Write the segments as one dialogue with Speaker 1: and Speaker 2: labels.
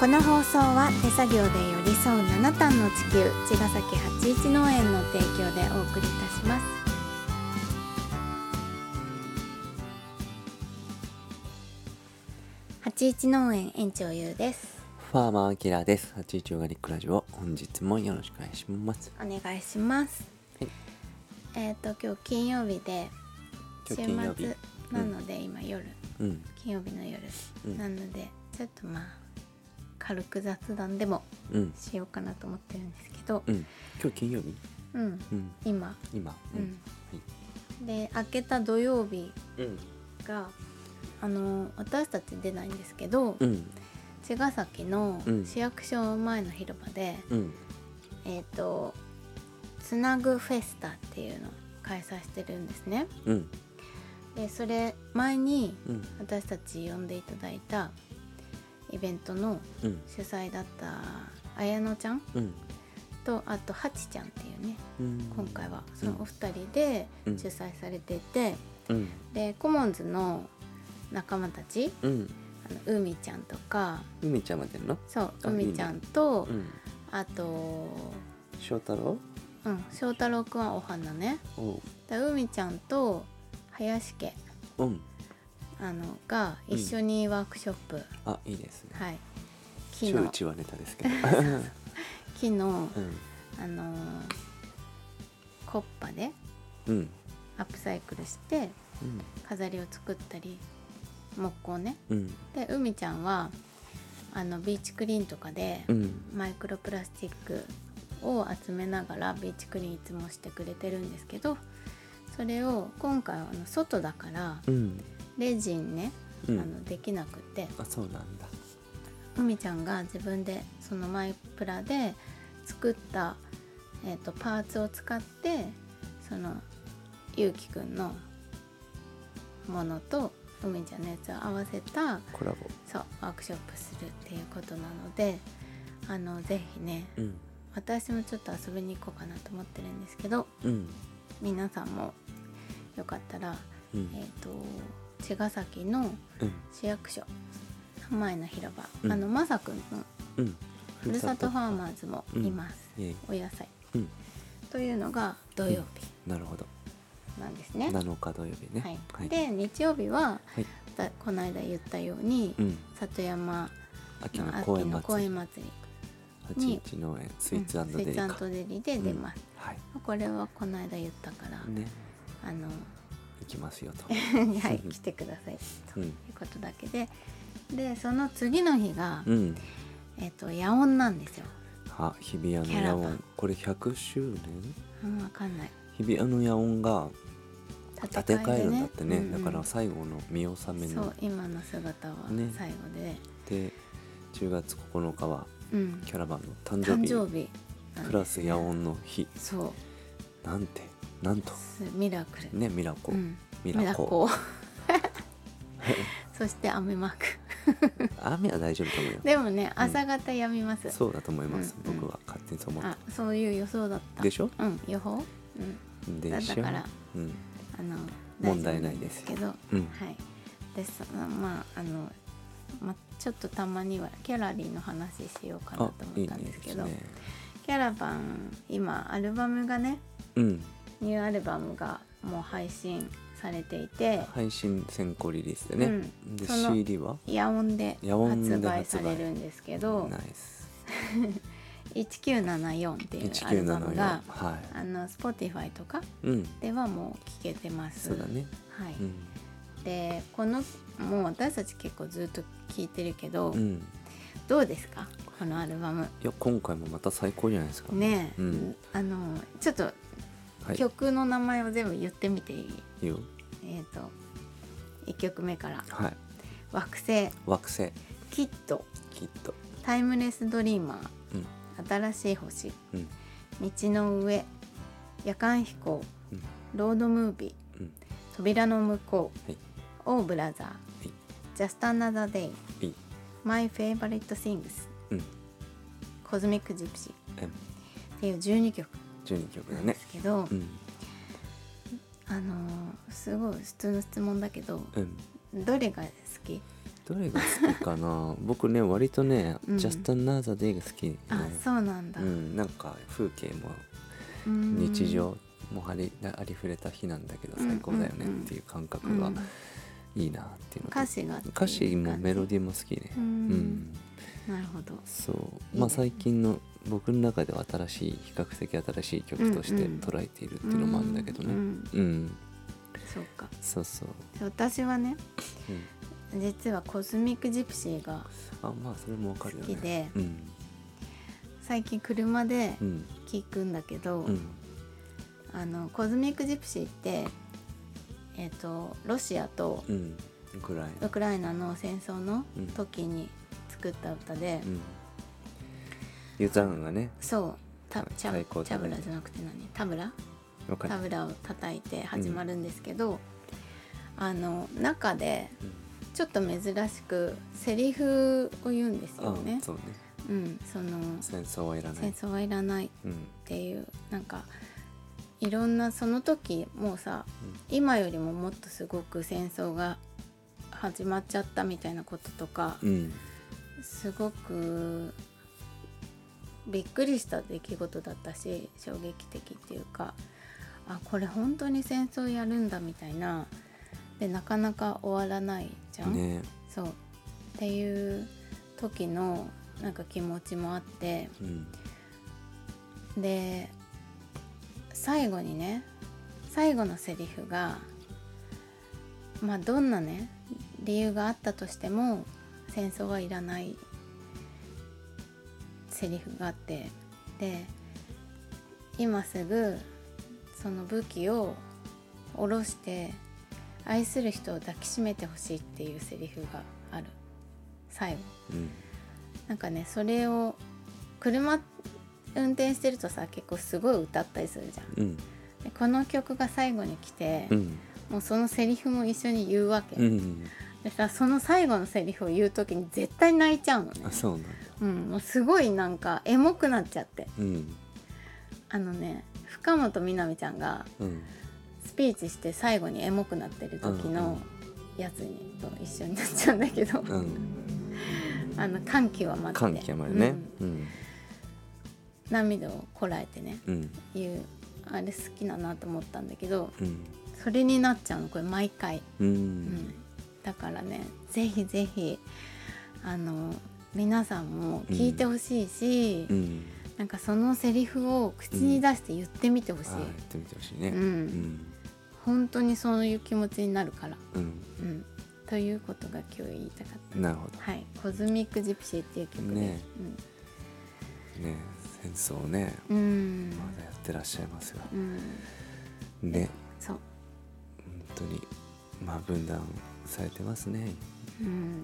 Speaker 1: この放送は手作業で寄り添う七段の地球茅ヶ崎八一農園の提供でお送りいたします八一農園園長ゆうです
Speaker 2: ファーマーアキラです。81オーガニックラジオ、本日もよろしくお願いします。
Speaker 1: お願いします、
Speaker 2: はい
Speaker 1: えっ、と今日金曜日で週
Speaker 2: 今
Speaker 1: 末
Speaker 2: 日金曜日
Speaker 1: なので、今夜
Speaker 2: うん、
Speaker 1: 金曜日の夜、
Speaker 2: うん
Speaker 1: なのでちょっとまあ軽く雑談でも
Speaker 2: うん、
Speaker 1: しようかなと思ってるんですけど
Speaker 2: う、ん。今日金曜日
Speaker 1: うん、
Speaker 2: うん、
Speaker 1: 今、
Speaker 2: 今。
Speaker 1: うん。、
Speaker 2: はい
Speaker 1: で明けた土曜日
Speaker 2: うん。
Speaker 1: があの私たち出ないんですけど、
Speaker 2: うん、
Speaker 1: 茅ヶ崎の
Speaker 2: うん
Speaker 1: 市役所前の広場で、
Speaker 2: うん、
Speaker 1: えっ、とつなぐフェスタっていうのを開催してるんですね。
Speaker 2: うん、
Speaker 1: でそれ前に
Speaker 2: うん、
Speaker 1: 私たち呼んでいただいたイベントの
Speaker 2: うん、
Speaker 1: 主催だった綾乃ちゃん
Speaker 2: うん、
Speaker 1: とあとハチちゃんっていうね
Speaker 2: うん。
Speaker 1: 今回はそのお二人で
Speaker 2: うん
Speaker 1: 主催されていて、
Speaker 2: うん、
Speaker 1: でコモンズの仲間たち
Speaker 2: うん。
Speaker 1: あの海ちゃんとか
Speaker 2: 海ちゃんまでの
Speaker 1: そう
Speaker 2: あ
Speaker 1: 海ちゃんと
Speaker 2: うん。
Speaker 1: あと、
Speaker 2: 翔太郎
Speaker 1: うん、翔太郎くんはお花ね
Speaker 2: お
Speaker 1: だ海ちゃんと林家
Speaker 2: うん。
Speaker 1: あのが一緒にワークショップ、
Speaker 2: あ、いいですね。
Speaker 1: はい木
Speaker 2: 超う
Speaker 1: の
Speaker 2: ちはネタで すけど。
Speaker 1: 木の、
Speaker 2: うん、
Speaker 1: あのーコッパで
Speaker 2: うん、
Speaker 1: アップサイクルして
Speaker 2: うん、
Speaker 1: 飾りを作ったり木工ね
Speaker 2: うん、
Speaker 1: で海ちゃんはあのビーチクリーンとかで
Speaker 2: うん。
Speaker 1: マイクロプラスチックを集めながらビーチクリーンいつもしてくれてるんですけどそれを今回はあの外だから
Speaker 2: うん、
Speaker 1: レジンね、
Speaker 2: う
Speaker 1: あ
Speaker 2: ん。
Speaker 1: のできなくて
Speaker 2: あ、そうなんだ。
Speaker 1: 海ちゃんが自分でそのマイプラで作った、えー、とパーツを使ってそのゆうきくんのものと海ちゃんのやつを合わせた
Speaker 2: コラボ。
Speaker 1: そうワークショップするっていうことなのであのぜひね
Speaker 2: うん、
Speaker 1: 私もちょっと遊びに行こうかなと思ってるんですけど
Speaker 2: うん、
Speaker 1: 皆さんもよかったら、
Speaker 2: う
Speaker 1: え
Speaker 2: ん、
Speaker 1: ー、と茅ヶ崎の
Speaker 2: うん、
Speaker 1: 市役所前の広場、
Speaker 2: うん
Speaker 1: あのまさくんの
Speaker 2: うん。
Speaker 1: ふるさとファーマーズもいます、
Speaker 2: イエイ
Speaker 1: お野菜
Speaker 2: うん、
Speaker 1: というのが土曜
Speaker 2: なるほど。
Speaker 1: 日なんですね、
Speaker 2: 7日土曜日ね。
Speaker 1: はいで日曜日は、
Speaker 2: はい
Speaker 1: だこの間言ったように、
Speaker 2: うん、
Speaker 1: 里山
Speaker 2: 秋の
Speaker 1: の
Speaker 2: 公
Speaker 1: 秋
Speaker 2: 園
Speaker 1: の公
Speaker 2: 祭
Speaker 1: 園
Speaker 2: り、
Speaker 1: 祭り
Speaker 2: 八一農園スイーツ
Speaker 1: う
Speaker 2: デ
Speaker 1: ん
Speaker 2: リ
Speaker 1: スイー
Speaker 2: カ。
Speaker 1: ツデリで出ます、
Speaker 2: はい。
Speaker 1: これはこの間言ったから、
Speaker 2: ね、
Speaker 1: あの
Speaker 2: 行きます よと。
Speaker 1: はい来てくださいと
Speaker 2: うん
Speaker 1: いうことだけででその次の日が、
Speaker 2: うん。
Speaker 1: えっと野音なんですよ、
Speaker 2: あ、日比谷
Speaker 1: キャラ
Speaker 2: の野
Speaker 1: バン
Speaker 2: 音、これ100周年？
Speaker 1: うん、わかんない
Speaker 2: 日比谷の野音が建て替え
Speaker 1: で
Speaker 2: るんだってね。
Speaker 1: うんう
Speaker 2: だ
Speaker 1: ん
Speaker 2: から最後の見納め
Speaker 1: そ
Speaker 2: の
Speaker 1: う今の姿は
Speaker 2: ね
Speaker 1: 最後で、
Speaker 2: で、10月9日は
Speaker 1: うん、
Speaker 2: キャラバンの誕生
Speaker 1: 誕
Speaker 2: 日
Speaker 1: 生日なんですね
Speaker 2: プラス野音の日。
Speaker 1: そう
Speaker 2: なんて、なんと
Speaker 1: すミラクル、
Speaker 2: ね、ミラコ
Speaker 1: う、ん、ミ
Speaker 2: ミラ
Speaker 1: ラ
Speaker 2: コ。
Speaker 1: コ そして雨マーク
Speaker 2: 雨は大丈夫と思うよ。
Speaker 1: でもね朝方やみます、
Speaker 2: そうだと思います。
Speaker 1: うんうん
Speaker 2: 僕は勝手にそう思っ
Speaker 1: あそういう予想だった
Speaker 2: でしょ
Speaker 1: うん予報、うん、
Speaker 2: たんでしょ。
Speaker 1: だから
Speaker 2: うん。
Speaker 1: あの
Speaker 2: 問題ないです
Speaker 1: 大丈夫なん
Speaker 2: うん
Speaker 1: ですけど、はいでそのまああの、ま、ちょっとたまにはキャラリーの話しようかな
Speaker 2: あ
Speaker 1: と、思っ
Speaker 2: いい
Speaker 1: たんで
Speaker 2: です
Speaker 1: け
Speaker 2: す
Speaker 1: ど
Speaker 2: ね。
Speaker 1: キャラバン今アルバムがね
Speaker 2: うん。
Speaker 1: ニューアルバムがもう配信されていて
Speaker 2: 配信先行リリースでね。
Speaker 1: うん
Speaker 2: で
Speaker 1: その
Speaker 2: CD は
Speaker 1: 野音で
Speaker 2: 野音で
Speaker 1: 発
Speaker 2: 発売
Speaker 1: 売されるんですけど
Speaker 2: ナイス。
Speaker 1: 1974っていう
Speaker 2: 一
Speaker 1: ア
Speaker 2: 九
Speaker 1: ルバ
Speaker 2: 七
Speaker 1: ム
Speaker 2: 四。
Speaker 1: が
Speaker 2: は
Speaker 1: あの Spotify とか
Speaker 2: い。うん。
Speaker 1: ではもう聴けてます。
Speaker 2: そうだね。
Speaker 1: はい
Speaker 2: うん。
Speaker 1: でこのもう私たち結構ずっと聴いてるけど、
Speaker 2: うん。
Speaker 1: どうですかこのアルバム。
Speaker 2: いや今回もまた最高じゃないですか。
Speaker 1: ねえ、
Speaker 2: うん。
Speaker 1: あのちょっと
Speaker 2: はい。
Speaker 1: 曲の名前を全部言ってみていい、
Speaker 2: いいよ
Speaker 1: えっ、と1曲目から
Speaker 2: はい。
Speaker 1: 「惑星」
Speaker 2: 惑星
Speaker 1: 「キッド」
Speaker 2: きっと。
Speaker 1: 「タイムレスドリーマー
Speaker 2: うん。」
Speaker 1: 「新しい星」
Speaker 2: うん。
Speaker 1: 「道の上」「夜間飛行」
Speaker 2: うん。
Speaker 1: 「ロードムービー」
Speaker 2: うん。
Speaker 1: 「扉の向こう」
Speaker 2: はい
Speaker 1: オーブラザー」
Speaker 2: い
Speaker 1: ジャストアナザーデイ」
Speaker 2: いい。
Speaker 1: マイフェイバリットシングス
Speaker 2: うん。
Speaker 1: コズミックジプシーっ
Speaker 2: うん。
Speaker 1: ていう12曲
Speaker 2: 十二曲だ
Speaker 1: で
Speaker 2: ね。
Speaker 1: すけど、
Speaker 2: うん。
Speaker 1: あのーすごい普通の質問だけど
Speaker 2: うん。
Speaker 1: どれが好き
Speaker 2: どれが好きかな 僕ね割とね、
Speaker 1: うん
Speaker 2: ジャストナーザデイが好き、ね、
Speaker 1: あそうなんだ、
Speaker 2: ん、なんか風景も
Speaker 1: うん
Speaker 2: 日常もあり,、ありふれた日なんだけど
Speaker 1: うん
Speaker 2: 最高だよねっ
Speaker 1: うん
Speaker 2: ていう感
Speaker 1: う
Speaker 2: 覚が
Speaker 1: ん
Speaker 2: いいなっていうのと、
Speaker 1: 歌詞がっていう
Speaker 2: 歌詞もメロ
Speaker 1: 感
Speaker 2: ディーも好きね
Speaker 1: うん
Speaker 2: うん
Speaker 1: じなるほど
Speaker 2: そう
Speaker 1: い
Speaker 2: まあ
Speaker 1: ね
Speaker 2: 最近の僕の中では新しい比較的新しい曲として
Speaker 1: うんうん
Speaker 2: 捉えているっていうのもあるんだけど
Speaker 1: う
Speaker 2: ね
Speaker 1: ん
Speaker 2: うん、
Speaker 1: そうか
Speaker 2: そうそう、
Speaker 1: 私はね
Speaker 2: うん、
Speaker 1: 実はコズミックジプシーが
Speaker 2: あまあそれもわかるよね
Speaker 1: 好きで
Speaker 2: うん
Speaker 1: 最近車で
Speaker 2: うん
Speaker 1: 聴くんだけど、
Speaker 2: うん
Speaker 1: あのコズミック・ジプシーって、えっとロシアと
Speaker 2: うんぐらい
Speaker 1: ウクライナの戦争の
Speaker 2: うん
Speaker 1: 時に作った歌で、
Speaker 2: うんユザンがね
Speaker 1: そうたチャ
Speaker 2: 最高
Speaker 1: チャ
Speaker 2: だね
Speaker 1: ブラじゃなくて何タブラ
Speaker 2: わか
Speaker 1: タ
Speaker 2: る
Speaker 1: ブラを叩いて始まるんですけど、あの中でちょっと珍しくセリフを言うんです
Speaker 2: う
Speaker 1: よ
Speaker 2: ん、あ
Speaker 1: ね。
Speaker 2: そうね
Speaker 1: うん、その
Speaker 2: 戦争はいらな
Speaker 1: 戦
Speaker 2: い
Speaker 1: 争はいらないっ
Speaker 2: うん
Speaker 1: ていうなんかいろんなその時もうさ今よりももっとすごく戦争が始まっちゃったみたいなこととか
Speaker 2: うん
Speaker 1: すごくびっくりした出来事だったし衝撃的っていうかあこれ本当に戦争やるんだみたいなでなかなか終わらないじゃん、
Speaker 2: ね
Speaker 1: そうっていう時のなんか気持ちもあって
Speaker 2: うん
Speaker 1: で最後にね最後のセリフがまあどんなね理由があったとしても戦争はいらないセリフがあってで今すぐその武器を下ろして愛する人を抱きしめてほしいっていうセリフがある最後
Speaker 2: うん
Speaker 1: なんかねそれを車運転してるとさ結構すごい歌ったりするじゃん
Speaker 2: うん
Speaker 1: でこの曲が最後に来て、
Speaker 2: うん
Speaker 1: もうそのセリフも一緒に言うわけ、
Speaker 2: うん
Speaker 1: でさその最後のセリフを言う時に絶対泣いちゃうのね
Speaker 2: あそうなんだ
Speaker 1: うんもうすごいなんかエモくなっちゃって
Speaker 2: うん
Speaker 1: あのね深本みなみちゃんが
Speaker 2: うん
Speaker 1: スピーチして最後にエモくなってる時のやつにと一緒になっちゃうんだけど、
Speaker 2: うん
Speaker 1: あの歓喜は待って
Speaker 2: 歓喜はまでね
Speaker 1: うん
Speaker 2: うん
Speaker 1: 涙をこらえてね
Speaker 2: うん
Speaker 1: いうあれ好きだなと思ったんだけど
Speaker 2: うん
Speaker 1: それになっちゃうのこれ毎回、う
Speaker 2: う
Speaker 1: ん
Speaker 2: ん
Speaker 1: だからねぜひぜひあの皆さんも聞いてほしいし、
Speaker 2: うん
Speaker 1: なんかそのセリフを口に出して言ってみてほしい、
Speaker 2: あやってみてほしいね
Speaker 1: うん
Speaker 2: うん
Speaker 1: 本当にそういう気持ちになるから、
Speaker 2: うん
Speaker 1: うん、ということが今日言いたかった
Speaker 2: なるほ
Speaker 1: はい「コズミック・ジプシー」っていう曲です、
Speaker 2: ねどね戦争ね
Speaker 1: うん、うん
Speaker 2: まだやってらっしゃいますが
Speaker 1: うん、
Speaker 2: ね
Speaker 1: そう、
Speaker 2: 本当にまあ分断されてますね
Speaker 1: うん、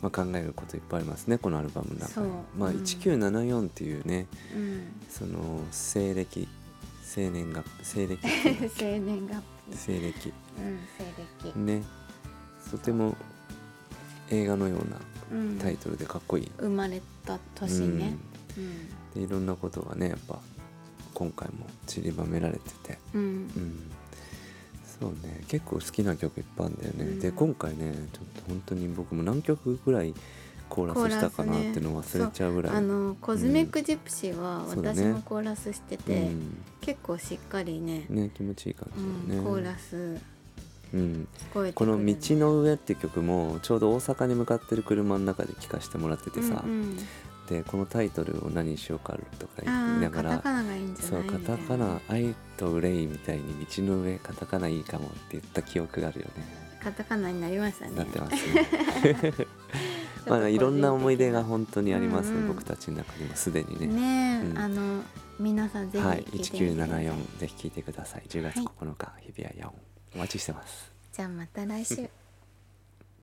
Speaker 2: まあ考えることいっぱいありますねこのアルバムの中に
Speaker 1: そう
Speaker 2: まあ
Speaker 1: うん
Speaker 2: 1974っていうね
Speaker 1: うん、
Speaker 2: その西暦青年が西暦
Speaker 1: 生年月日
Speaker 2: 西
Speaker 1: うん、
Speaker 2: 暦
Speaker 1: 西暦。
Speaker 2: ねとても映画のような
Speaker 1: うん
Speaker 2: タイトルでかっこいい、
Speaker 1: 生まれた年ね。うん。
Speaker 2: うんでいろんなことがねやっぱ今回も散りばめられてて、
Speaker 1: うん
Speaker 2: う。ん、そうね結構好きな曲いっぱいあるんだよね、
Speaker 1: うん
Speaker 2: で今回ねちょっと本当に僕も何曲ぐらいコーラスしたかなっ
Speaker 1: コーラスね
Speaker 2: ていうのを忘れちゃうぐらい、
Speaker 1: あのコズミックジプシーは
Speaker 2: そうだね
Speaker 1: 私もコーラスして
Speaker 2: う
Speaker 1: て、
Speaker 2: ん、
Speaker 1: 結構しっかりね、
Speaker 2: ね気持ちいい感
Speaker 1: うん
Speaker 2: じだよね、
Speaker 1: コーラス
Speaker 2: うん、
Speaker 1: 聞こえて
Speaker 2: こ
Speaker 1: くる
Speaker 2: の「道の上」っていう曲もちょうど大阪に向かってる車の中で聴かせてもらっててさ、
Speaker 1: うんうん
Speaker 2: でこのタイトルを何にしようかと
Speaker 1: あ
Speaker 2: か言い
Speaker 1: あ
Speaker 2: なが
Speaker 1: カタ
Speaker 2: ら
Speaker 1: カナがいいんじゃ
Speaker 2: そ
Speaker 1: ない
Speaker 2: うカタカ
Speaker 1: み
Speaker 2: ナ「愛と憂い」みたいに「道の上カタカナいいかも」って言った記憶があるよ
Speaker 1: た
Speaker 2: ね。
Speaker 1: いなカタカナになりましたね
Speaker 2: なってます ね。まあいろんな思い出が本当にありますね、
Speaker 1: うんうん
Speaker 2: 僕たちの中にもすでに
Speaker 1: ね
Speaker 2: ね。
Speaker 1: ねえ、
Speaker 2: うん
Speaker 1: あの皆さんぜひ
Speaker 2: は
Speaker 1: 聞い
Speaker 2: い、
Speaker 1: てみてください、
Speaker 2: 1974ぜひ聴いてください。10月9日、日比谷野音お待ちしてます。
Speaker 1: じゃあまた来週